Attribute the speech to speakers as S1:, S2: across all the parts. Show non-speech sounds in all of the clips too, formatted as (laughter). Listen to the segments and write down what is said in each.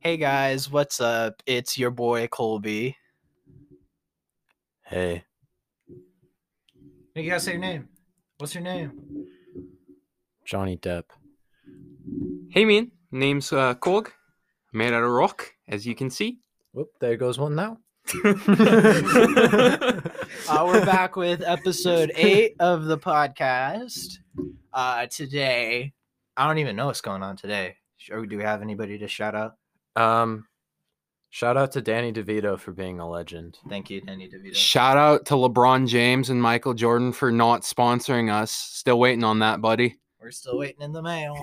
S1: Hey guys, what's up? It's your boy Colby. Hey.
S2: You gotta say your name. What's your name?
S3: Johnny Depp.
S4: Hey man, name's uh, Korg. Made out of rock, as you can see.
S3: Whoop, there goes
S1: (laughs)
S3: one now. (laughs)
S2: (laughs)
S1: Uh, we're back with episode eight of the podcast. Uh, today, I don't even know what's going on today. Or do we have anybody to shout out?
S3: Um, shout out to Danny DeVito for being a legend.
S1: Thank you, Danny DeVito.
S4: Shout out to LeBron James and Michael Jordan for not sponsoring us. Still waiting on that, buddy.
S1: We're still waiting in
S2: (laughs)
S1: the mail.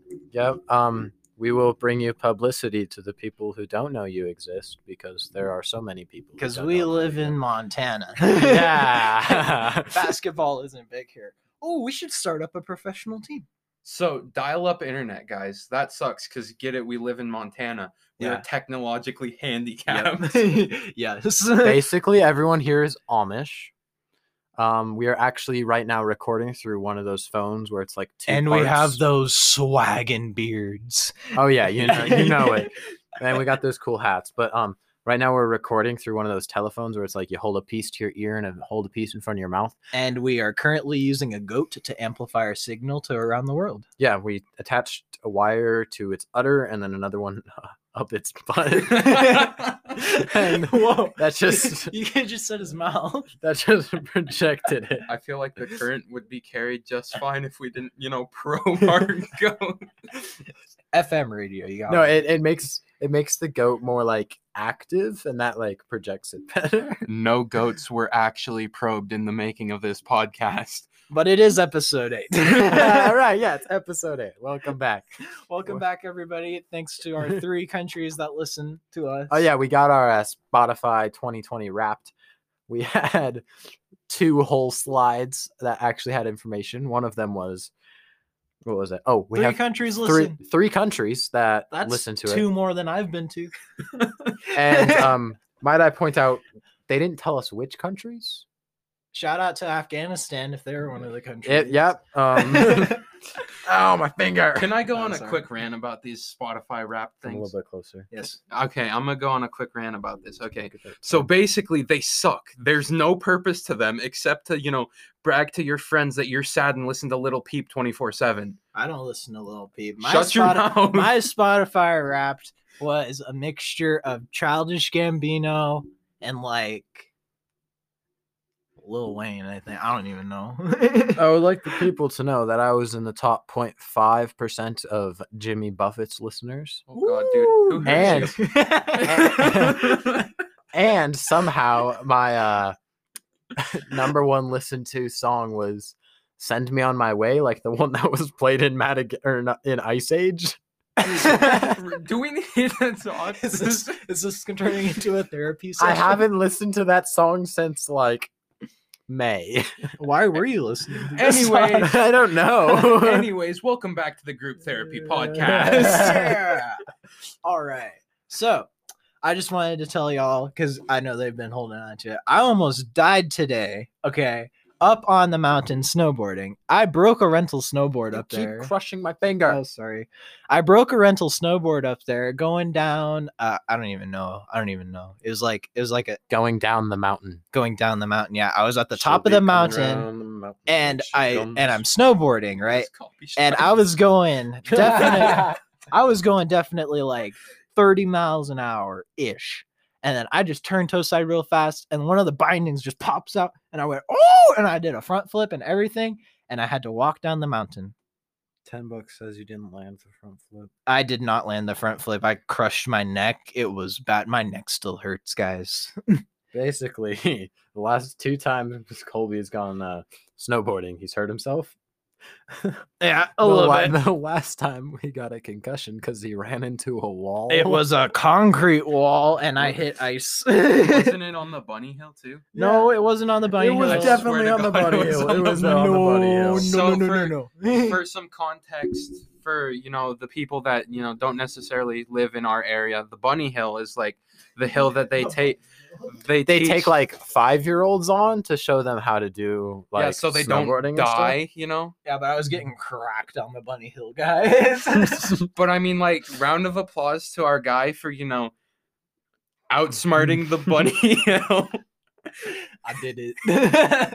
S1: (laughs)
S3: Yep. Um, we will bring you publicity to the people who don't know you exist because there are so many people. who
S1: Because
S3: don't
S1: we
S3: know
S1: live
S3: you.
S2: (laughs)
S1: in Montana. (laughs)
S3: yeah.
S1: Basketball isn't big here. Oh, we should start up a professional team.
S4: So dial up internet, guys. That sucks because get it, we live in Montana. We
S1: Yeah.
S4: are technologically (laughs) handicapped.
S1: Yep. (laughs) yes.
S3: Basically, everyone here is Amish. Um, we are actually right now recording through one of those phones where it's like two.
S1: and we have
S3: parts.
S1: those swaggin' beards.
S3: Oh yeah, you know, you know
S1: (laughs)
S3: it. and we got those cool hats. But um, right now we're recording through one of those telephones where it's like you hold a piece to your ear and a, hold a piece in front of your mouth.
S1: And we are currently using a goat to amplify our signal to around the
S3: (laughs)
S1: world.
S3: Yeah, we attached a wire to its udder and then another one (laughs) uh, up its butt. (laughs)
S1: (laughs)
S3: and
S1: whoa,
S3: that's just
S1: you could just said his mouth.
S3: that just projected it.
S4: I feel (laughs) like the current would be carried just (laughs) fine if we didn't, you know, (laughs) probe our goat.
S1: FM radio, you got
S3: No,
S1: it.
S3: it, it makes it makes the goat more like active and that like projects it
S4: (laughs)
S3: better. (laughs)
S4: No goats were actually probed in the making of this podcast.
S1: but it is episode eight. (laughs)
S3: (laughs) All right, yeah, it's episode eight. Welcome back.
S1: Welcome back, everybody. Thanks to
S3: (laughs)
S1: our three countries that listen to us.
S3: Oh yeah, we got our uh, Spotify 2020 Wrapped. We (laughs) had two whole slides that actually had information. One of them was what was it? Oh, we
S1: three
S3: have
S1: countries
S3: three
S1: listen.
S3: three countries that
S1: That's
S3: listen to
S1: two more than I've been to.
S3: it.
S1: (laughs)
S3: And um, might I point out they didn't tell us which countries.
S1: Shout out to Afghanistan if they're one of the countries. (laughs)
S3: It, yep. Um, oh my finger.
S4: Can I go
S1: I'm
S4: on a
S1: sorry.
S4: quick rant about these Spotify rap
S3: Come a
S4: things?
S3: little bit closer.
S1: yes.
S4: Okay, I'm gonna go on a quick rant about this. Okay.
S3: Look at that.
S4: So basically they suck. There's no purpose to them except to, you know, brag to your friends that you're sad and listen to Little Peep 24/7.
S1: I don't listen to Lil Peep.
S4: Shut your
S1: Spoti- (laughs)
S4: mouth.
S1: My Spotify Wrapped was a mixture of Childish Gambino and like Lil Wayne. I think I don't even
S4: (laughs)
S1: know. (laughs)
S3: I would like the people to know that I was in the top 0.5 percent of Jimmy Buffett's listeners.
S4: Oh god, dude. Who
S3: And-
S4: hurts you?
S3: and somehow my uh (laughs) number one listened to song was send me on my way like the (laughs) one that was played in Madag- or not, in ice age (laughs)
S4: (laughs) Do we need that song?
S1: is (laughs)
S4: (laughs)
S1: this is this turning into a therapy session?
S3: i haven't listened to that song since like may (laughs)
S1: Why were you listening? To this
S4: Anyway,
S1: song?
S3: i don't (laughs) know
S4: (laughs) Anyways, welcome back to the
S1: (laughs)
S4: group therapy podcast.
S1: Yeah. (laughs) All right. So I just wanted to tell y'all because I know they've been holding on to it. I almost died today. Okay. Up on the mountain snowboarding. I broke a rental snowboard
S3: You
S1: up
S3: keep
S1: there.
S3: crushing my finger
S1: Oh, sorry. I broke a rental snowboard up there going down. Uh, I don't even know. I don't even know. It was like it was like a
S3: going down the mountain
S1: going down the mountain. Yeah, I was at the top of the mountain and I and I'm snowboarding, right? And I
S4: (laughs)
S1: was
S3: (laughs)
S1: going definitely I was going definitely like 30 miles an hour ish. And then I just turned toe side real fast, and one of the bindings just pops out, and I went, oh, and I did a front flip and everything, and I had to walk down the mountain.
S3: 10 bucks says you didn't land the front flip
S1: I did not land the front flip. I crushed my neck. It was bad. My neck still hurts, guys.
S3: basically (laughs) the last two times (laughs) colby has gone uh, snowboarding he's hurt himself
S1: (laughs) Yeah,
S3: the, la- the last time we got a concussion because he ran into a wall
S1: It was a concrete wall, and I hit (laughs) ice.
S4: Wasn't it on the bunny hill too?
S1: no, it wasn't on the bunny.
S3: it was
S1: hill.
S4: I def- swear
S3: definitely
S4: to
S3: on the
S4: God, it
S3: bunny
S4: was
S3: hill
S4: on
S3: it
S4: the
S3: was not on the bunny hill
S4: So for-
S1: no,
S4: For some context, for you know the people that you know don't necessarily live in our area, the bunny hill is like the hill that they take. They
S3: they
S4: teach-
S3: take like five year olds on to show them how to do like
S4: yeah, so they
S3: snowboarding
S4: don't
S3: and stuff.
S4: die. You know,
S1: Yeah, but I was getting cracked on the Bunny Hill guys. (laughs)
S4: But I mean, like, round of applause to our guy for you know
S3: (laughs)
S4: outsmarting the bunny (laughs) hill.
S1: I did it.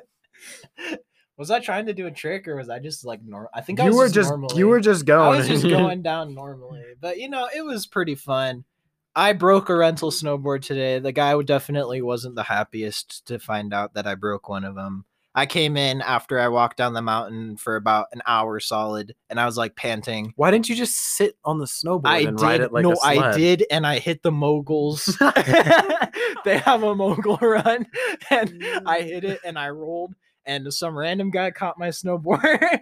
S1: (laughs) was I trying to do a trick or was I just like normal? I think I
S3: you
S1: was
S3: were just
S1: normally.
S3: you were just
S1: I
S3: going.
S1: was
S3: (laughs)
S1: just going down normally, but you know, it was pretty fun. I broke a rental snowboard today. The guy would- definitely wasn't the happiest to find out that I broke one of them. I came in after I walked down the mountain for about an hour solid, and I was like panting.
S3: Why didn't you just sit on the snowboard
S1: I
S3: and ride
S1: did
S3: it like
S1: no,
S3: a sled?
S1: I did, and I hit the
S3: (laughs)
S1: moguls. (laughs) they have a mogul run, and I hit it, and I rolled, and some random guy caught my snowboard. (laughs)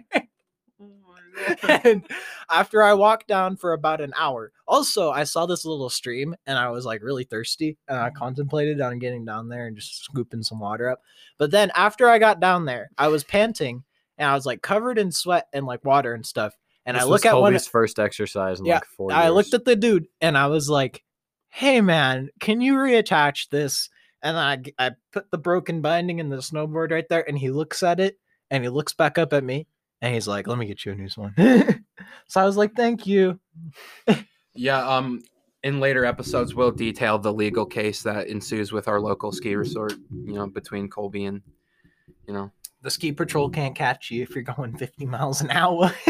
S1: and after I walked down for about an hour, also I saw this little stream and I was like really thirsty and I contemplated on getting down there and just scooping some water up. But then after I got down there, I was panting and I was like covered in sweat and like water and stuff. And
S3: This
S1: I
S3: was
S1: look at one,
S3: Colby's first exercise in
S1: Yeah,
S3: like four
S1: I
S3: years.
S4: (laughs)
S1: looked at the dude and I was like, "Hey man, can you reattach this?" And then I g- I put the broken binding in the snowboard right there, and he looks at it and he looks back up at me and he's like, "Let me get you a new one." (laughs) so I was like, "Thank you."
S4: Yeah, um in later episodes we'll detail the legal case that ensues with our local ski resort, you know, between Colby and you know.
S1: The ski patrol can't catch you if you're going 50 miles an hour. (laughs)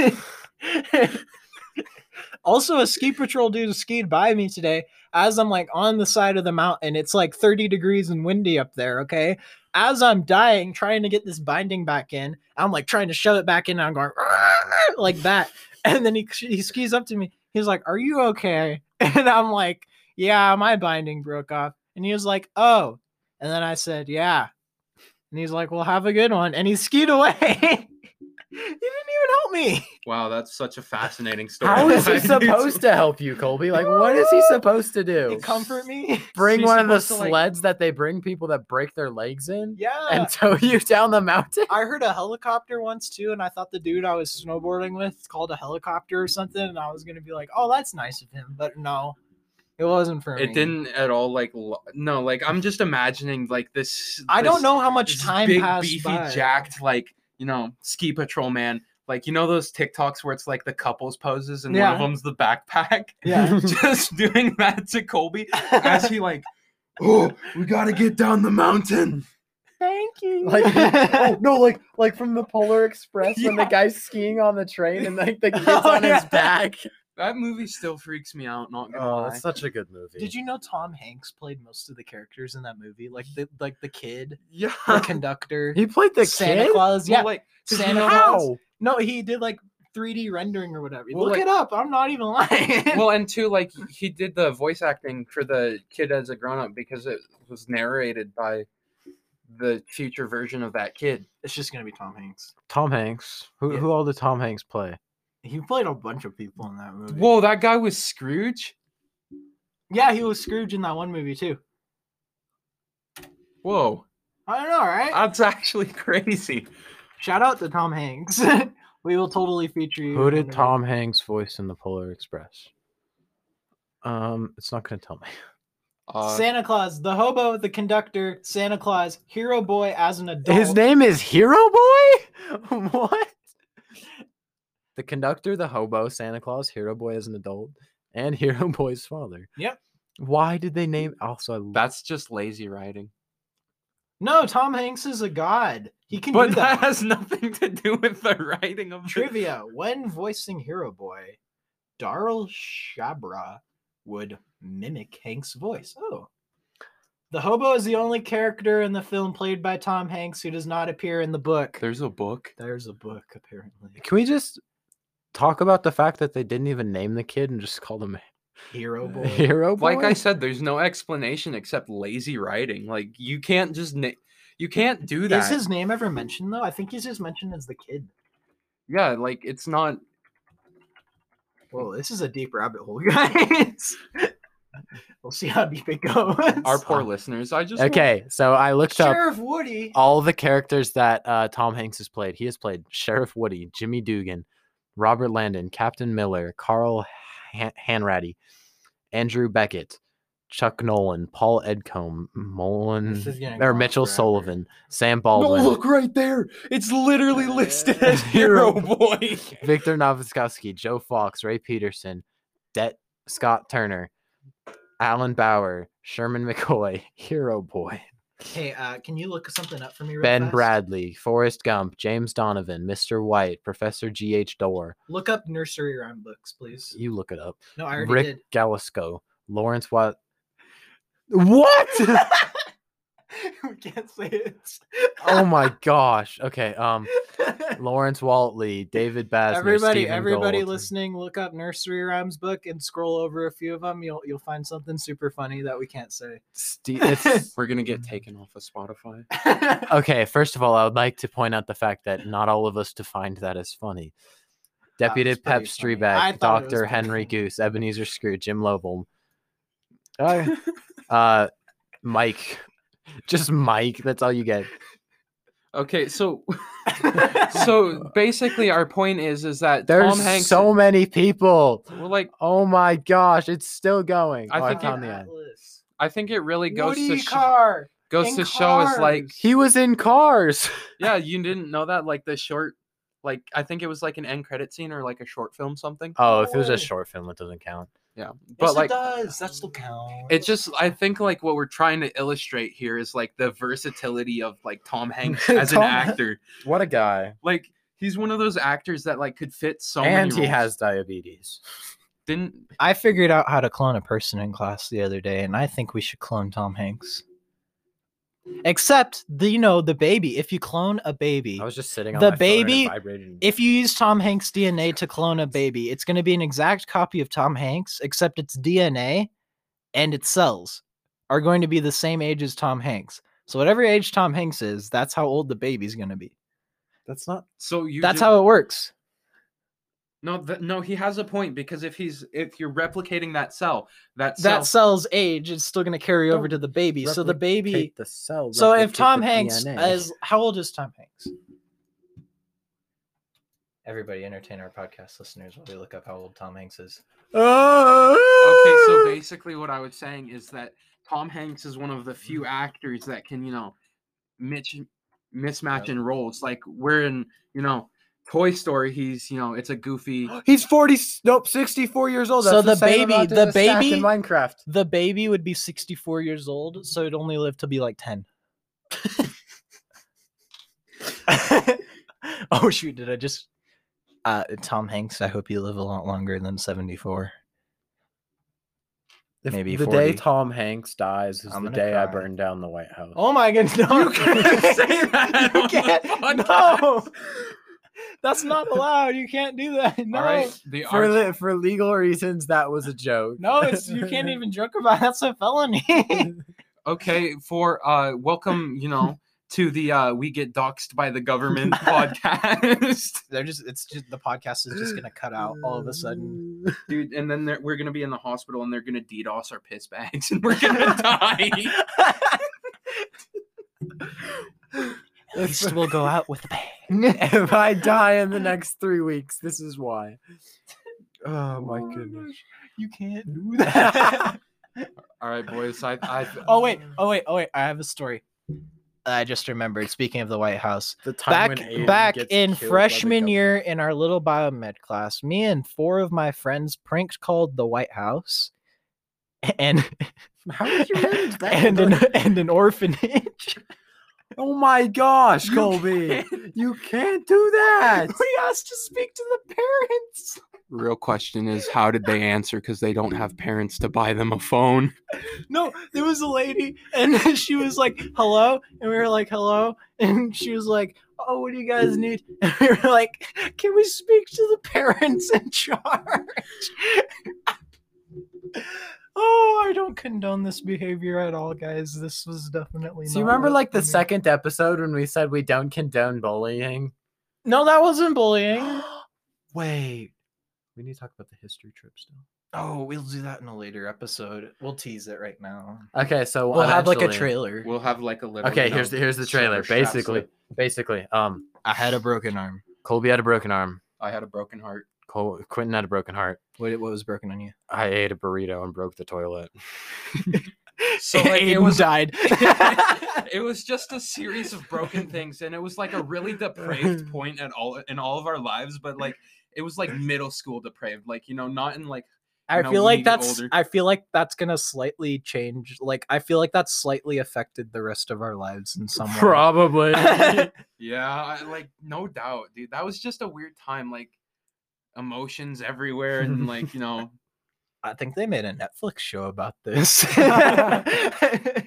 S1: also, a ski patrol dude skied by me today as I'm like on the side of the mountain. It's like 30 degrees and windy up there, okay? As I'm dying, trying to get this binding back in, I'm like trying to shove it back in. And I'm going like that. And then he, he skis up to me. He's like, Are you okay? (laughs) And I'm like, Yeah, my binding broke off. And he was like, Oh. And then I said, Yeah. And he's like, "Well, have a good one," and he skied away. (laughs) he didn't even help me.
S4: Wow, that's such a fascinating story.
S3: How is
S4: (laughs)
S3: he supposed to help you, Colby? Like, what is he (laughs) supposed to do?
S1: He comfort me.
S3: Bring
S4: he's
S3: one of the
S4: supposed to, like-
S3: sleds that they bring people that break their legs in
S1: Yeah.
S3: and tow (laughs) you down the mountain.
S1: I heard a helicopter once too, and I thought the dude I was snowboarding with called a helicopter or something, and I was gonna be like, "Oh, that's nice of him," but no, it wasn't for me.
S4: It didn't at all like lo- no, like I'm just imagining like this
S1: I don't
S4: this-
S1: know how much
S4: this
S1: time
S4: big
S1: passed
S4: beefy
S1: by.
S4: jacked like, you know, ski patrol man. Like you know those TikToks where it's like the couples poses and one of
S1: Yeah.
S4: them's the backpack. (laughs)
S1: Yeah.
S4: just doing that to Colby as he like, oh, we gotta get down the mountain.
S1: (laughs) Thank you.
S3: (laughs) Like,
S1: (laughs)
S3: oh no, like like from the Polar Express when the
S1: Yeah.
S3: guy's skiing on the train and like the (laughs) kid's
S1: Oh,
S3: on his
S1: yeah.
S3: back.
S4: That movie still freaks me out. Not gonna
S3: Oh,
S4: lie.
S3: that's such a good movie.
S1: Did you know Tom Hanks played most of the characters in that movie? Like the like the kid,
S4: yeah.
S1: the conductor,
S3: He played the
S1: Santa
S3: kid.
S1: Claus. Yeah,
S4: Well, like 'cause you
S1: Santa
S4: know-
S1: Claus.
S3: How?
S1: No, he did like 3D rendering or whatever.
S4: Well,
S1: Look
S4: like-
S1: it up. I'm not even lying.
S4: well, and two, like he did the voice acting for the kid as a grown up because it was narrated by the future version of that kid.
S1: it's just gonna be Tom Hanks.
S3: Tom Hanks. Who
S1: Yeah.
S3: who all did Tom Hanks play?
S1: He played a bunch of people in that movie.
S4: Whoa, that guy was Scrooge.
S1: yeah, he was Scrooge in that one movie too.
S4: (laughs) Whoa,
S1: I don't know, right?
S4: that's actually crazy.
S1: Shout out to Tom Hanks. (laughs) we will totally feature you.
S3: Who
S1: in
S3: did
S1: the-
S3: Tom Hanks voice in the Polar Express? Um, it's not gonna tell me.
S4: Uh,
S1: Santa Claus, the hobo, the conductor, Santa Claus, hero boy as an adult.
S3: His name is Hero Boy? (laughs) what? The conductor, the hobo, Santa Claus, Hero Boy as an adult, and (laughs) Hero Boy's father.
S1: Yep.
S3: Why did they name also I love-
S4: that's just lazy writing.
S1: No, Tom Hanks is a god. He can
S4: But
S1: do
S4: that
S1: that.
S4: has nothing to do with the writing of the
S1: Trivia: When voicing Hero Boy, Darl Shabra would mimic Hank's voice. Oh. The hobo is the only character in the film played by Tom Hanks who does not appear in the book.
S4: There's a book.
S1: There's a book,
S3: (laughs)
S1: apparently.
S3: Can we just talk about the fact that they didn't even name the kid and just called him
S1: Hero Boy.
S3: (laughs) Hero Boy?
S4: Like I said, there's no explanation except lazy writing. Like you can't just na- you can't do that.
S1: Is his name ever mentioned, though? I think he's just mentioned as the kid.
S4: Yeah, like it's not.
S1: Whoa, this is a deep rabbit hole, (laughs) guys. we'll see how deep it goes.
S4: Our poor listeners. I just want-
S3: Okay, so I looked up
S1: Sheriff Woody.
S3: all the characters that uh, Tom Hanks has played. He has played Sheriff Woody, Jimmy Dugan, Robert Landon, Captain Miller, Carl Han- Hanratty, Andrew Beckett, Chuck Nolan, Paul Edcombe, Mullen,
S2: This is getting
S3: or
S2: gone
S3: Mitchell
S2: forever.
S3: Sullivan, Sam Baldwin,
S4: right there. It's literally listed (laughs)
S3: as Hero
S4: Boy.
S3: Victor Novoskowski, Joe Fox, Ray Peterson, Det Scott Turner, Alan Bauer, Sherman McCoy, (laughs) Hero Boy,
S2: Hey, uh, can you look something up for me? Real
S3: Ben
S2: fast?
S3: Bradley, Forrest Gump, James Donovan, Mr. White, Professor G. H. Dorr.
S2: Look up nursery rhyme books, please.
S3: You look it up.
S2: No, I already
S3: Rick
S2: did. (laughs)
S3: Galasco, Lawrence Watt. What?
S2: we can't say it.
S3: (laughs)
S2: (laughs)
S3: oh my gosh. Okay. Um, Lawrence Waltley, David Basner,
S2: everybody,
S3: Stephen
S2: everybody
S3: Gold.
S2: listening, look up nursery rhymes book and scroll over a few of them. You'll you'll find something super funny that we can't say.
S3: Ste- it's
S4: We're gonna get taken off of Spotify.
S2: (laughs)
S3: Okay, first of all, I would like to point out the fact that not all of us defined that as funny. Deputy
S2: it's
S3: Pep
S2: pretty funny. I
S3: Strebeck,
S2: thought it was
S3: Dr.
S2: pretty
S3: Henry
S2: funny.
S3: Goose, Ebenezer Scrooge, Jim
S2: (laughs)
S3: Lovell, uh, uh, Mike. (laughs) Just Mike. That's all you get.
S4: Okay, so so basically our point is is that
S3: There's
S4: Tom Hanks
S3: so many people.
S4: well, like
S3: Oh my gosh, it's still going.
S4: I
S3: Oh,
S4: think it-
S3: found the end.
S4: I think it really goes
S2: Woody
S4: to sh-
S2: car.
S4: goes
S2: in
S4: to show us like
S2: cars.
S3: He was in cars.
S4: yeah, you didn't know that like the short like I think it was like an end credit scene or like a short film something.
S3: (laughs) Oh, if it was
S2: way.
S3: a short film, it doesn't count.
S4: Yeah. But
S2: Yes, it
S4: like
S2: does. That still counts.
S4: it's just I think like what we're trying to illustrate here is like the versatility of like Tom Hanks as
S3: Tom
S4: an
S3: Han-
S4: actor.
S3: What a guy.
S4: Like he's one of those actors that like could fit so many
S3: and he
S4: roles.
S3: has diabetes.
S4: didn't
S1: I figured out how to clone a person in class the other day, and I think we should clone Tom Hanks. Except the you know the baby. If you clone a baby,
S3: I was just sitting on
S1: The
S3: my phone and it
S1: baby-
S3: vibrated.
S1: if you use Tom Hanks DNA to clone a baby, it's going to be an exact copy of Tom Hanks, except its DNA and its cells are going to be the same age as Tom Hanks. So whatever age Tom Hanks is, that's how old the baby's going to be.
S3: That's not
S4: so you
S1: That's
S4: ju-
S1: how it works.
S4: No, th- no, he has a point because if he's if you're replicating that cell, that cell,
S1: That cell's age is still going to carry over to the baby. So the baby
S3: the cell.
S1: So if Tom Hanks
S3: (laughs)
S1: is how old is Tom Hanks? Everybody entertain our podcast listeners while we look up how old Tom Hanks is.
S4: okay. So basically, what I was saying is that Tom Hanks is one of the few actors that can you know, mitch mismatch in roles. Like we're in you know Toy Story. He's you know it's a
S3: (gasps)
S4: goofy.
S3: he's forty, nope, sixty-four years old.
S1: So
S3: That's
S1: the
S3: same
S1: baby-
S3: amount
S1: the
S3: as a stack
S1: baby-
S3: in Minecraft.
S1: The baby would be 64 years old, so it'd only live to be like (laughs) 10. oh shoot, did I just uh Tom Hanks, I hope you live a lot longer than 74.
S3: If
S1: Maybe
S3: the
S1: 40.
S3: day Tom Hanks dies is
S1: I'm
S3: the
S1: gonna
S3: day I
S1: cry.
S3: burned down the White House.
S1: Oh my goodness. No. (laughs)
S4: You can't say that
S1: You
S4: on the
S1: can't. No.
S4: podcast.
S1: That's not allowed. You can't do that. No.
S4: All right, the
S3: For
S4: art-
S3: li- for legal reasons, that was a joke.
S1: No, it's you (laughs) can't even joke about it. that's a felony. (laughs)
S4: okay for uh welcome you know to the uh we get doxxed by the government podcast.
S1: They're just it's just the podcast is just gonna cut out all of a sudden.
S4: dude. And then they're- we're gonna be in the hospital, and they're gonna DDoS our piss bags, (laughs) and we're gonna die.
S1: Beast will go out with a bang. (laughs)
S3: if I die in the next three weeks, this is why. Oh my goodness.
S1: You can't do that.
S4: All right, boys. I, I
S1: oh
S3: (laughs)
S1: wait,
S4: (laughs)
S1: oh wait, oh wait, I have a story. I just remembered. Speaking of the White House,
S3: The time
S1: back
S3: when Aiden
S1: back
S3: gets
S1: in
S3: killed by the
S1: freshman
S3: government.
S1: year in our little biomed class, me and four of my friends pranked called the White House, (laughs) and
S3: How did you
S1: (laughs)
S3: manage that?
S1: and an and an
S3: (laughs)
S1: orphanage.
S3: oh my gosh,
S4: You
S3: Colby. You can't do
S1: (laughs)
S3: that.
S1: we asked to speak to the parents.
S4: real question is how did they answer? Because they don't have parents to buy them a phone.
S1: No, there was a lady, and (laughs) she was like, "Hello," and we were like, "Hello," and she was like, "Oh, what do you guys need?" (laughs) And we were like, "Can we speak to the parents in charge?" (laughs) oh, I don't condone this behavior at all, guys. This was definitely.
S3: So you
S1: not
S3: remember
S1: it
S3: like
S1: for
S3: the
S1: me.
S3: second episode when we said we don't condone bullying?
S1: No, that wasn't bullying.
S3: Wait. We need to talk about the history trip still.
S1: Oh, we'll do that in a later episode. We'll tease it right now.
S3: Okay, so
S1: We'll have like a
S3: eventually-
S1: trailer.
S4: We'll have like a little.
S3: Okay,
S4: you know,
S3: here's the here's the trailer.
S4: silver strap
S3: Basically,
S4: slip.
S3: basically, um
S1: I had a broken arm.
S3: Colby had a broken arm.
S4: I had a broken heart.
S3: Col- Quentin had a broken heart.
S5: What, what was broken on
S1: (laughs)
S5: you?
S3: I ate a burrito and broke the toilet. (laughs)
S4: So like, it
S5: Aiden
S1: (laughs)
S4: was (laughs)
S5: died.
S4: it was just a series of broken things, and it was like a really depraved point at all in all of our lives. But like it was like middle school depraved, like you know, not in like
S1: I
S4: No,
S1: feel
S4: we
S1: like
S4: need to get
S1: that's
S4: older.
S1: I feel like that's gonna slightly change. Like I feel like that's slightly affected the rest of our lives in some way. (laughs)
S3: Probably.
S4: yeah, I- like no doubt, dude. That was just a weird time, like emotions everywhere, (laughs) and like you know,
S1: I think they made a Netflix show about this. (laughs)
S5: that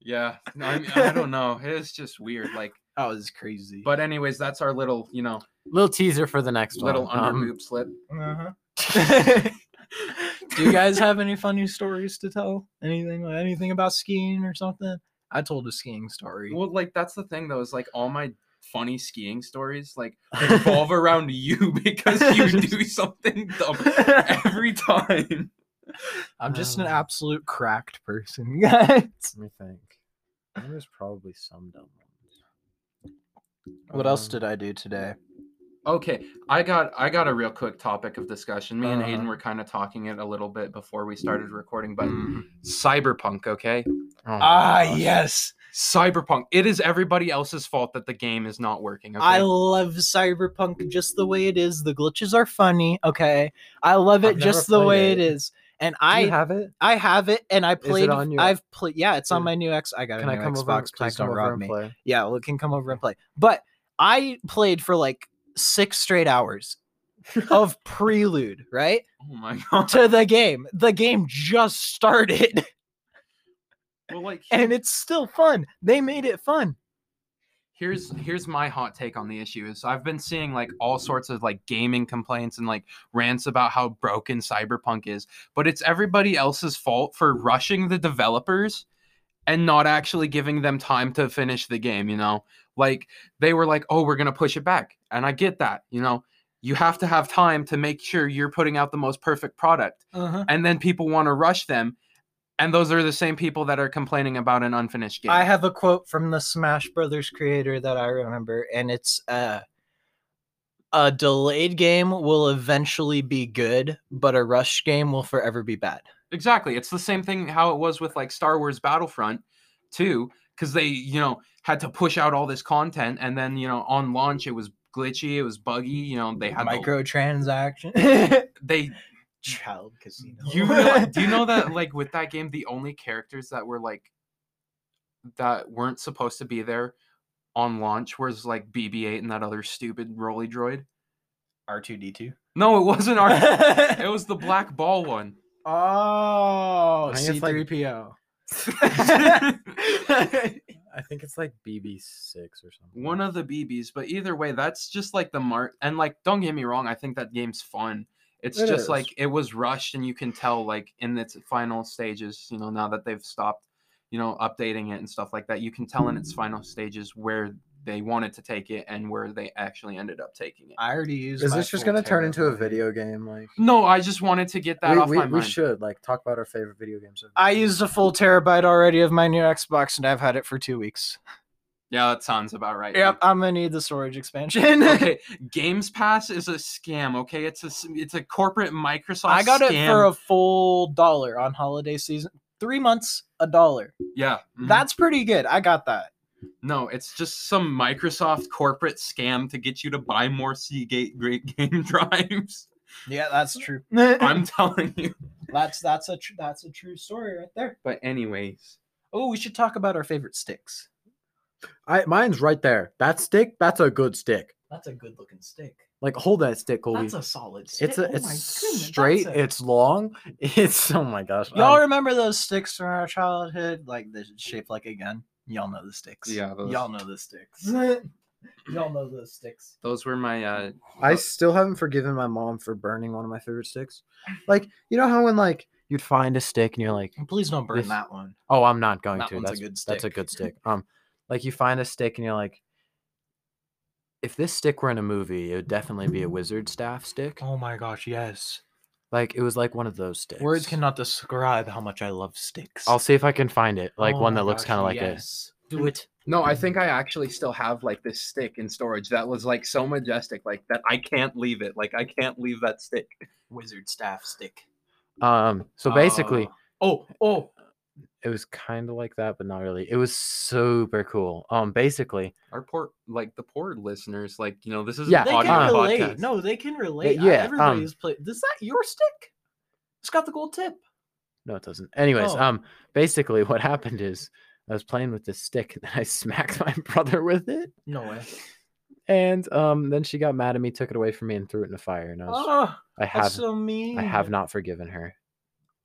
S4: yeah. No, I, mean, I (laughs) don't know. It's just weird, like.
S5: was crazy.
S4: But anyways, that's our little, you know,
S3: Little teaser for the next
S4: little
S3: one.
S4: under
S3: Um,
S4: boob slip.
S1: uh-huh.
S5: Do
S1: Do you guys have any funny stories to tell? Anything anything about skiing or something? I told a skiing story.
S4: Well, like that's the thing though, is like all my funny skiing stories (laughs) like revolve around you (laughs) because you do something dumb
S3: (laughs)
S4: every time.
S1: I'm just an
S3: Um,
S1: absolute cracked person, (laughs) guys.
S3: Let me think. I think There's probably some dumb ones.
S1: What else
S3: Um,
S1: did I do today?
S4: Okay, I got I got a real quick topic of discussion. Me and
S1: Uh-huh.
S4: Aiden were kind of talking it a little bit before we started recording, but cyberpunk, okay?
S3: Oh my
S1: Mm.
S3: gosh.
S1: Ah, yes.
S4: Cyberpunk. It is everybody else's fault that the game is not working. Okay?
S1: I love Cyberpunk just the way it is. The glitches are funny. Okay. I love
S3: I've
S1: it
S3: never
S1: just the way
S3: played
S1: it
S3: it.
S1: is. And
S3: Do you
S1: I
S3: have it.
S1: I have it and I
S3: it
S1: played
S3: on your-
S1: I've played yeah, it's on
S3: Yeah.
S1: my new X I got
S3: Can
S1: a
S3: I
S1: new
S3: come over?
S1: Xbox,
S3: can I
S1: please
S3: come
S1: don't
S3: over
S1: rob
S3: and
S1: me.
S3: play?
S1: Yeah, well it can come over and play. But I played for like six straight hours of
S3: (laughs)
S1: prelude, right?
S4: oh my (laughs) god.
S1: To the game. The game just started (laughs)
S4: Well, like
S1: and it's still fun. They made it fun.
S4: here's here's my hot take on the issue is i've been seeing like all sorts of like gaming complaints and like rants about how broken cyberpunk is but it's everybody else's fault for rushing the developers and not actually giving them time to finish the game you know like they were like oh we're going to push it back and i get that you know you have to have time to make sure you're putting out the most perfect product
S1: Uh-huh.
S4: and then people want to rush them and those are the same people that are complaining about an unfinished game
S1: I have a quote from the Smash Brothers creator that I remember, and it's uh, a delayed game will eventually be good, but a rush game will forever be bad.
S4: Exactly. It's the same thing how it was with like Star Wars Battlefront too, because they, you know, had to push out all this content and then, you know, on launch it was glitchy, it was buggy, you know, they had the- (laughs)
S1: Microtransaction.
S4: they
S1: Child casino.
S4: you reali- do you
S1: (laughs)
S4: know that like with that game the only characters that were like that weren't supposed to be there on launch was like BB8 and that other stupid rolly droid?
S5: R2D2.
S4: No, it wasn't our it was the black ball one.
S1: oh,
S3: I think it's like-
S1: C3PO.
S3: I think it's like BB six or something.
S4: (laughs) one of the BBs, but either way, that's just like the mark. And like, don't get me wrong, I think that game's fun. It's
S3: It
S4: just
S3: is.
S4: like it was rushed, and you can tell like in its final stages, you know, now that they've stopped, you know, updating it and stuff like that, you can tell in its final stages where they wanted to take it and where they actually ended up taking it.
S1: I already used.
S3: Is
S1: my
S3: this just
S1: full
S3: gonna turn
S1: tera
S3: into a
S1: brain.
S3: video game? Like
S4: No, I just wanted to get that
S3: we,
S4: off
S3: we,
S4: my
S3: we
S4: mind.
S3: should like talk about our favorite video games. of
S1: I
S3: all time.
S1: used a full terabyte already of my new Xbox, and I've had it for two weeks.
S4: Yeah, that sounds about right.
S1: Yep, I'm gonna need the storage expansion. (laughs)
S4: okay, Games Pass is a scam. Okay, it's a s- it's a corporate Microsoft.
S1: I got it for
S4: scam.
S1: a full dollar on holiday season. Three months, a dollar.
S4: yeah. mhm.
S1: That's pretty good. I got that.
S4: No, it's just some Microsoft corporate scam to get you to buy more Seagate great (laughs) game drives.
S1: Yeah, (laughs) that's true.
S4: (laughs) I'm telling you.
S1: that's that's a tr- that's a true story right there.
S4: But anyways,
S1: Oh, we should talk about our favorite sticks.
S3: I mine's right there. That stick, that's a good stick.
S1: That's a good looking stick.
S3: Like hold that stick, Colby.
S1: That's Oh, a solid stick.
S3: It's a,
S1: Oh my
S3: it's
S1: goodness,
S3: straight.
S1: that's a-
S3: It's long. (laughs) It's oh my gosh.
S1: Y'all
S3: um,
S1: remember those sticks from our childhood, like the shaped like a gun. Y'all know the sticks.
S4: Yeah, those-
S1: Y'all know the (laughs) sticks. Y'all know those sticks.
S4: those were my uh
S3: I still haven't forgiven my mom for burning one of my
S1: (laughs)
S3: favorite sticks. Like you know how when like you'd find a stick and you're like,
S1: Please don't burn
S3: This-
S1: that one.
S3: oh, I'm not going
S1: That
S3: to.
S1: one's a
S3: That's
S1: good
S3: That's a
S1: stick. (laughs)
S3: good stick. Um, like you find a stick and you're like, if this stick were in a movie, it would definitely be a wizard staff stick.
S1: Oh my gosh, yes.
S3: Like it was like one of those sticks.
S1: Words cannot describe how much I love sticks.
S3: I'll see if I can find it. Like
S1: one
S3: one that looks kind of like
S1: Oh yes. Do it.
S4: No, I think I actually still have like this stick in storage that was like so majestic, like that I can't leave it. Like I can't leave that stick.
S1: Wizard staff stick.
S3: Um, so basically,
S4: Oh, oh,
S3: it was kind of like that, but not really. It was super cool. Um, basically,
S4: our poor, like the poor listeners, like you know, this is
S3: Yeah, uh,
S1: They
S3: audio
S1: can relate.
S4: podcast. Uh,
S1: No, they can relate.
S3: yeah, um,
S1: everybody's played. Is that your stick? It's got the gold tip.
S3: no, it doesn't. Anyways,
S1: Oh.
S3: um, basically, what happened is I was playing with this stick, (laughs) and then I smacked my brother with it,
S1: No way.
S3: and um, then she got mad at me, took it away from me, and threw it in the fire. And I, was,
S1: Oh,
S3: I
S1: that's
S3: have,
S1: so mean.
S3: I have not forgiven her.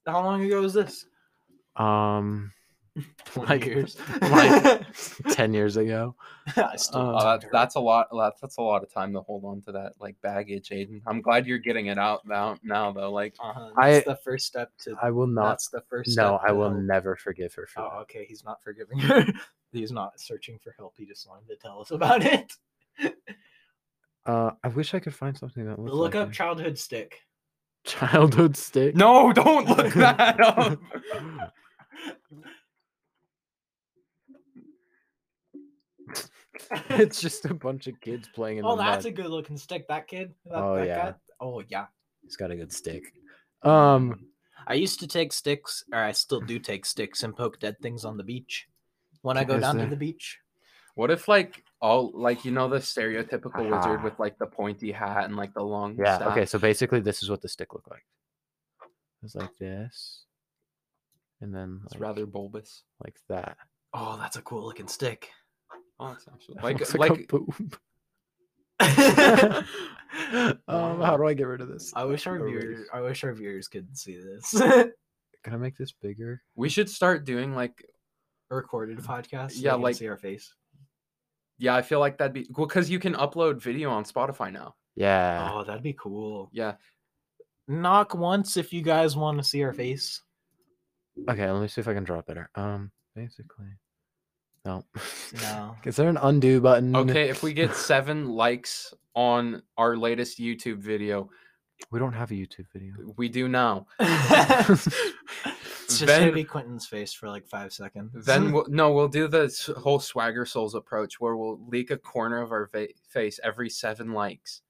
S1: How long ago was
S3: (laughs)
S1: this? (laughs)
S3: Um, (laughs) Like- like-
S1: Like,
S3: (laughs) ten years ago.
S1: (laughs) I still
S3: Um,
S4: Oh,
S1: talk
S4: that,
S1: to her.
S4: that's a lot. That's, that's a lot of time to hold on to that like baggage, Aiden. I'm glad you're getting it out now. Now though, like
S1: Uh-huh,
S3: I-
S1: that's the first step to.
S3: I will not.
S1: (laughs) that's the first.
S3: No,
S1: step
S3: I
S1: to
S3: will
S1: help.
S3: never forgive her for
S1: Oh,
S3: that.
S1: okay. He's not forgiving her. (laughs) He's not searching for help. He just wanted to tell us about (laughs) it.
S3: Uh, I wish I could find something that looks
S1: Look
S3: like
S1: up
S3: it.
S1: childhood stick.
S3: (laughs) childhood stick.
S4: no, don't look (laughs)
S3: (laughs)
S4: that up.
S3: it's just a bunch of kids playing in
S1: Oh,
S3: the
S1: that's
S3: mud.
S1: a good looking stick. That kid. That,
S3: Oh,
S1: that
S3: yeah.
S1: Guy. Oh yeah.
S3: He's got a good stick. Um,
S1: I used to take sticks, or I still do take sticks and poke dead things on the beach when I go
S3: Is
S1: down
S3: there-
S1: to the beach.
S4: What if like all like you know the stereotypical wizard
S3: Aha.
S4: with like the pointy hat and like the long
S3: yeah.
S4: staff?
S3: Okay, so basically, this is what the stick looked like. It's like this, and then
S4: It's
S3: like,
S4: rather bulbous.
S3: like that. (laughs)
S1: Oh, that's a cool looking stick. (laughs)
S4: Oh, it's actually
S3: That
S4: like
S3: looks
S4: like,
S3: a boob. (laughs) um, how
S1: Wow.
S3: do I get rid of this?
S1: I wish our
S3: Erase.
S1: viewers, I wish our viewers could see this. (laughs)
S3: Can I make this bigger?
S4: we should start doing like
S1: A recorded podcast. so
S4: Yeah,
S1: they can
S4: like-
S1: see our face.
S4: yeah. I feel like that'd be well because you can upload video on Spotify now.
S3: Yeah.
S1: Oh, that'd be cool.
S4: Yeah,
S1: Knock once if you guys want to see our face.
S3: Oh. Okay, let me see if I can draw it better. Um, basically, no. (laughs)
S1: No.
S3: Is there an undo button?
S4: Okay, if
S3: (laughs)
S4: we get seven likes on our latest YouTube video,
S3: we don't have a YouTube video.
S4: we do now.
S1: it's just
S4: Then-
S1: gonna be Quentin's face for like five seconds. (laughs)
S4: Then we'll, no, we'll do the s- whole Swagger Souls approach where we'll leak a corner of our va- face every seven likes,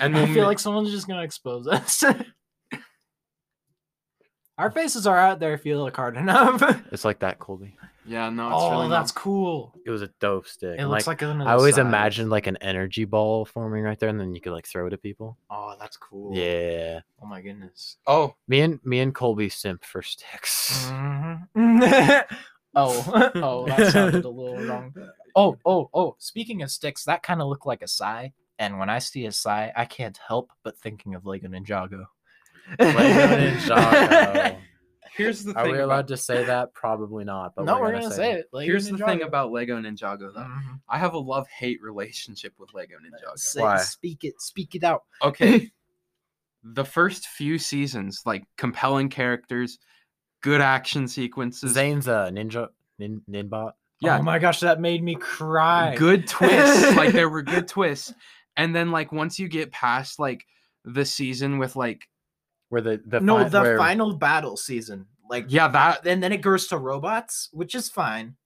S4: and we'll
S1: I feel
S4: ma-
S1: like someone's just gonna expose us. (laughs) Our faces are out there if you look hard enough.
S3: It's like that, Colby.
S4: yeah, no, it's
S1: oh,
S4: really
S1: that's
S4: not.
S1: cool.
S3: It was a dope stick.
S1: It
S3: and,
S1: looks like, one of
S3: I
S1: those
S3: always
S1: signs.
S3: imagined like an energy ball forming right there, and then you could like throw it at people.
S1: Oh, that's cool.
S3: Yeah.
S1: Oh my goodness.
S4: oh,
S3: Me and me and Colby simp for sticks.
S1: Mm.
S3: (laughs)
S1: Mhm. oh, (laughs) oh, that sounded a little wrong. Oh, oh, oh. Speaking of sticks, that kind of looked like a sigh. And when I see a sigh, I can't help but thinking of Lego Ninjago. (laughs)
S3: Lego Ninjago.
S4: here's the
S3: Are
S4: thing.
S3: we
S4: about-
S3: allowed to say that? Probably not. But
S1: no, we're gonna say it. Lego
S4: here's the thing
S1: Ninjago.
S4: about Lego Ninjago though.
S3: Mm.
S1: Mhm.
S4: I have a love hate relationship with Lego Ninjago.
S1: Say-
S3: Why?
S1: Speak it. Speak it out.
S3: (laughs)
S4: Okay, the first few seasons, like compelling characters, good action sequences,
S3: Zane's a ninja nin, ninbot.
S4: Yeah.
S1: Oh my gosh, that made me cry.
S4: good twists. like there
S3: (laughs)
S4: were good twists. And then like once you get past like the season with like
S3: Where the the
S1: no,
S3: fi-
S1: the
S3: where-
S1: final battle season. Like
S4: yeah, that
S1: and then it goes to robots, which is fine.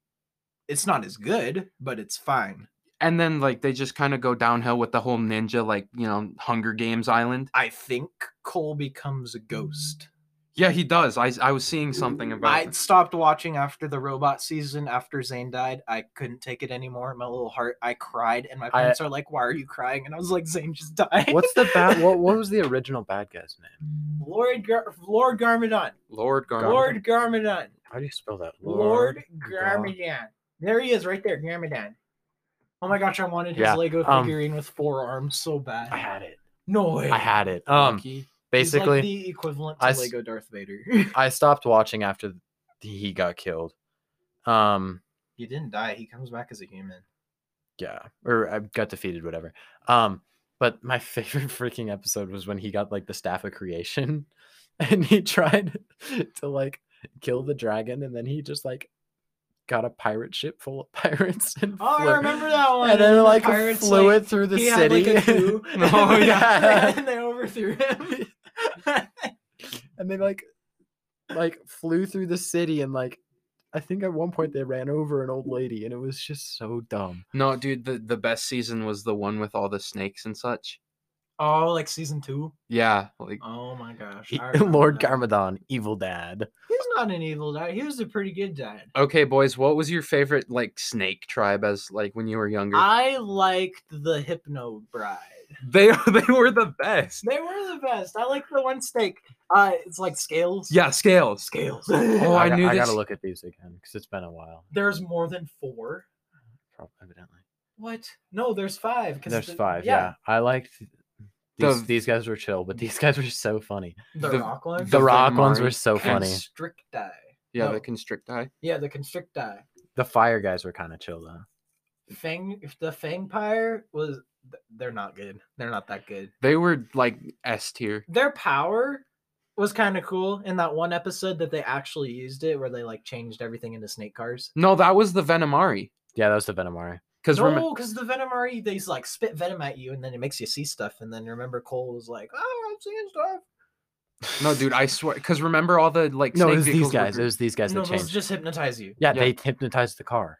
S1: It's not as good, but it's fine.
S4: and then like they just kind of go downhill with the whole ninja like, you know, Hunger Games island.
S1: I think Cole becomes a ghost.
S4: Yeah, he does. I I was seeing something about
S1: I
S4: it.
S1: stopped watching after the robot season after Zane died. I couldn't take it anymore. My little heart, I cried, and my
S3: I-
S1: parents are like, "Why are you crying?" And I was like, "Zane just died."
S3: (laughs) What's the bad? What what was the original bad guy's name?
S1: (laughs) Lord Gar- Lord Garmadon?
S4: Lord Garmin.
S1: Lord Garmadon.
S3: How do you spell that?
S1: Lord
S3: Gar-
S1: Garmadon. There he is, right there, Garmadon. Oh my gosh, I wanted his
S3: Yeah,
S1: Lego
S3: um,
S1: figurine with four arms so
S3: I
S1: bad.
S3: had it.
S1: No way.
S3: I had it. Um,
S4: Lucky.
S1: He's like
S3: basically,
S1: the equivalent to
S3: I s-
S1: Lego Darth Vader. (laughs)
S3: I stopped watching after th- he got killed. Um,
S1: he didn't die. He comes back as a human.
S3: yeah, or I got defeated, whatever. Um, but my (laughs) favorite freaking episode was when he got like the staff of creation, (laughs) and he tried (laughs) to like kill the dragon, and then he just like got a pirate ship full of (laughs) pirates and
S1: Oh, I
S3: flew-
S1: remember that one.
S3: (laughs) and then
S1: the
S3: like
S1: pirates,
S3: flew
S1: like,
S3: it through the
S1: he had,
S3: city.
S1: like, a
S3: (laughs)
S1: coup,
S3: oh
S1: and they-
S3: yeah,
S1: (laughs) and they overthrew him. (laughs)
S3: and they like like flew through the city and like I think at one point they ran over an old lady, and it was just so dumb.
S4: No, dude, the, the best season was the one with all the snakes and such.
S1: Oh, like season two.
S4: Yeah, like
S1: Oh my gosh,
S3: E-
S1: I remember
S3: (laughs) Lord
S1: that.
S3: Garmadon, evil dad.
S1: He's not an evil dad. He was a pretty good dad.
S4: okay, boys, what was your favorite like snake tribe as like when you were younger?
S1: I liked the Hypno Bride.
S4: they (laughs) they were the best.
S1: They were the best. I like the one steak. Uh, it's like scales.
S4: Yeah, scales.
S1: scales.
S4: Oh, I
S3: got-
S4: knew
S3: I
S4: this-
S3: gotta look at these again because it's been a while.
S1: (laughs) There's more than four.
S3: Probably, evidently,
S1: What? No, there's five. 'cause
S3: there's
S1: the-
S3: five. Yeah. I liked these.
S4: The-
S3: These guys were chill, but these (laughs) guys were so funny.
S1: The,
S4: The-
S1: rock one.
S3: The,
S4: The
S3: rock ones
S4: Vermari
S3: were so funny.
S1: Constricti.
S4: Yeah,
S1: No.
S4: the constricti.
S1: Yeah, the constricti.
S3: The fire guys were kind of chill though.
S1: Fang. If the Fangpire was, th- they're not good. They're not that good.
S4: They were like S tier.
S1: Their power was kind of cool in that one episode that they actually used it, where they like changed everything into snake cars.
S4: No, that was the Venomari.
S3: Yeah, that was the Venomari.
S4: Because
S1: No, because the venom already they like spit venom at you, and then it makes you see stuff. And then remember, Cole was like, "Oh, I'm seeing stuff."
S4: no, dude, I swear. Because remember all the like.
S3: No,
S4: snake
S3: it was these
S4: vehicles were
S3: guys. It
S4: gr-
S3: was these guys
S1: no,
S3: that
S1: those
S3: changed.
S1: just hypnotize you.
S3: Yeah,
S4: Yeah.
S3: they hypnotized the car.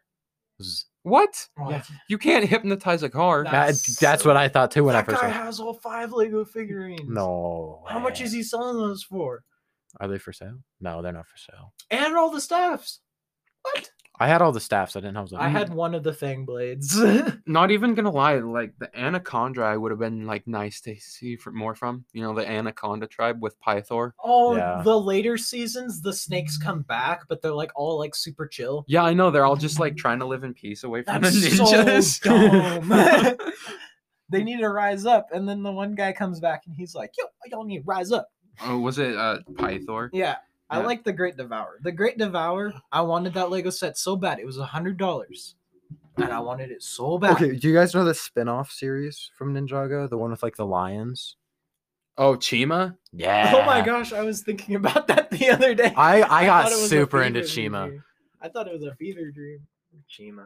S3: It was-
S4: What?
S1: Oh,
S3: Yeah.
S4: You can't hypnotize a car.
S1: Nah.
S3: that-
S1: That's
S3: that's
S1: so-
S3: what I thought too when I
S1: that
S3: first.
S1: guy
S3: Heard.
S1: has all five Lego figurines.
S3: No.
S1: How much
S3: way.
S1: is he selling those for?
S3: Are they for sale? No, they're not for sale.
S1: And all the stuffs. What?
S3: I had all the staffs. I didn't have.
S1: I
S3: them.
S1: had one of the Fang blades. (laughs)
S4: Not even gonna lie, like the anaconda, I would have been like nice to see for, more from. You know, the anaconda tribe with Pythor.
S1: all
S3: Yeah.
S1: the later seasons, the snakes come back, but they're like all like super
S3: (laughs)
S1: chill.
S4: Yeah, I know. They're all just like trying to live in peace away from
S1: That's
S4: the ninjas.
S1: so (laughs) dumb.
S3: (laughs)
S1: (laughs) they need to rise up, and then the one guy comes back and he's like, "Yo, y'all need to rise up."
S4: oh, was it uh, Pythor?
S1: Yeah. I
S4: Yeah.
S1: like the Great Devourer. The Great Devourer, I wanted that Lego set so bad. It was a hundred dollars. And I wanted it so bad.
S3: Okay, do you guys know the spin-off series from Ninjago? The one with like the lions?
S4: Oh, Chima.
S3: Yeah.
S1: (laughs) Oh my gosh, I was thinking about that (laughs) the other day.
S3: I, I got
S1: thought it was a
S3: super into
S1: fever
S3: Shima.
S1: dream. I thought it was a fever dream. Chima.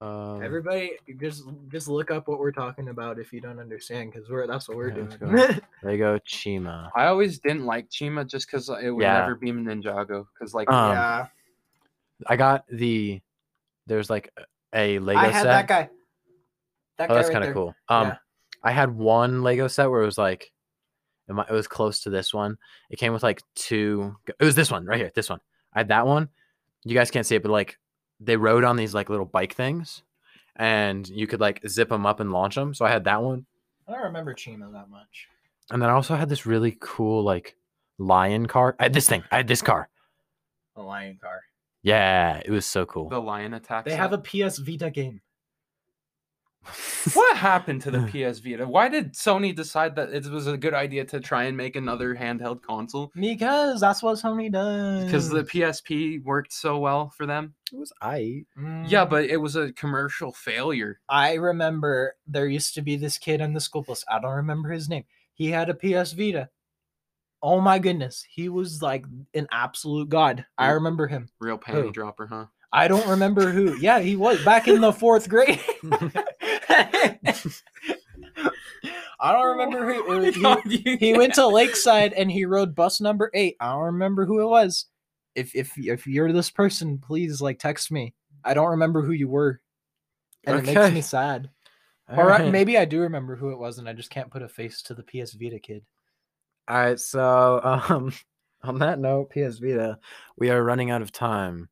S3: Um,
S1: Everybody just just look up what we're talking about if you don't understand, because we're that's what we're
S3: Okay,
S1: (laughs)
S3: let's
S1: doing.
S3: They go Chima.
S4: I always didn't like Chima just because it would
S3: Yeah.
S4: never be Ninjago. Because like,
S3: Um,
S1: yeah.
S3: I got the. There's like a Lego
S1: I had
S3: set.
S1: that guy. That
S3: oh, that's
S1: right
S3: kind of
S1: there.
S3: cool. Um,
S1: Yeah.
S3: I had one Lego set where it was like, it mi- it was close to this one. It came with like two. g- It was this one right here. This one. I had that one. You guys can't see it, but like they rode on these like little bike things, and you could like zip them up and launch them. So I had that one,
S1: I don't remember Chima that much.
S3: and then I also had this really cool like lion car. I had this thing. I had this car.
S1: The lion car.
S3: Yeah, it was so cool.
S4: the lion attack.
S1: They have a (laughs) PS Vita game.
S4: What happened
S1: (laughs)
S4: to the PS Vita? Why did Sony decide that it was a good idea to try and make another handheld console?
S1: Because that's what Sony does.
S4: Because the PSP worked so well for them.
S3: It was (laughs) I.
S4: Yeah,
S1: Mm.
S4: but it was a commercial failure.
S1: I remember there used to be this kid on the school bus. I don't remember his name. He had a PS Vita. Oh my goodness, he was like an absolute god. I
S4: Who?
S1: remember him.
S4: Real panty
S1: Who?
S4: dropper, huh?
S1: I don't remember who. Yeah, he was back in the fourth grade. (laughs) I don't remember
S3: (laughs)
S1: who. it was-
S4: he,
S1: He, he went to Lakeside and he rode bus number eight. I don't remember who it was. If if if you're this person, please like text me. I don't remember who you were, and it makes
S3: Okay.
S1: me sad.
S3: uh,
S1: Or I- maybe I do remember who it was, and I just can't put a face to the PS Vita kid.
S3: All right, so um, (laughs) on that note, PS Vita, we are running out of time.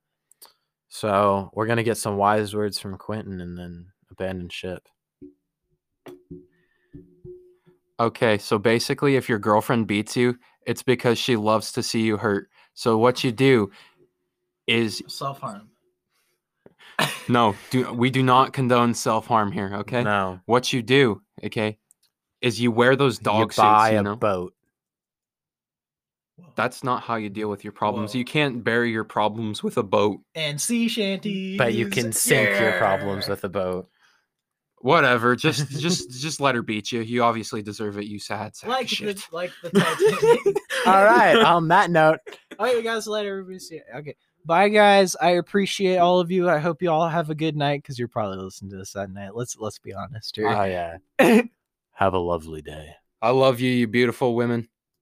S3: So we're gonna get some wise words from Quentin and then abandon ship.
S4: Okay, so basically, if your girlfriend beats you, it's because she loves to see you hurt. So what you do is
S1: Self (laughs) harm.
S4: no, do we do not condone self harm here. Okay,
S3: No,
S4: what you do, okay, is you wear those dog
S3: you buy
S4: suits. You
S3: a
S4: know,
S3: boat.
S4: that's not how you deal with your problems.
S1: Whoa.
S4: You can't bury your problems with a boat.
S1: And sea shanty.
S3: But you can sink your problems with a (laughs) boat.
S4: Whatever, just
S3: (laughs)
S4: just just let her beat you. You obviously deserve it. You sad sack of
S1: like the
S4: shit.
S1: like the (laughs) Titanic.
S3: All right. On that note,
S1: All right, you guys, let everybody see it. Okay, bye, guys. I appreciate all of you. I hope you all have a good night because you're probably listening to this at night. Let's let's be honest
S3: oh
S1: here.
S3: (laughs) yeah. Have a lovely day.
S4: I love you, you beautiful women.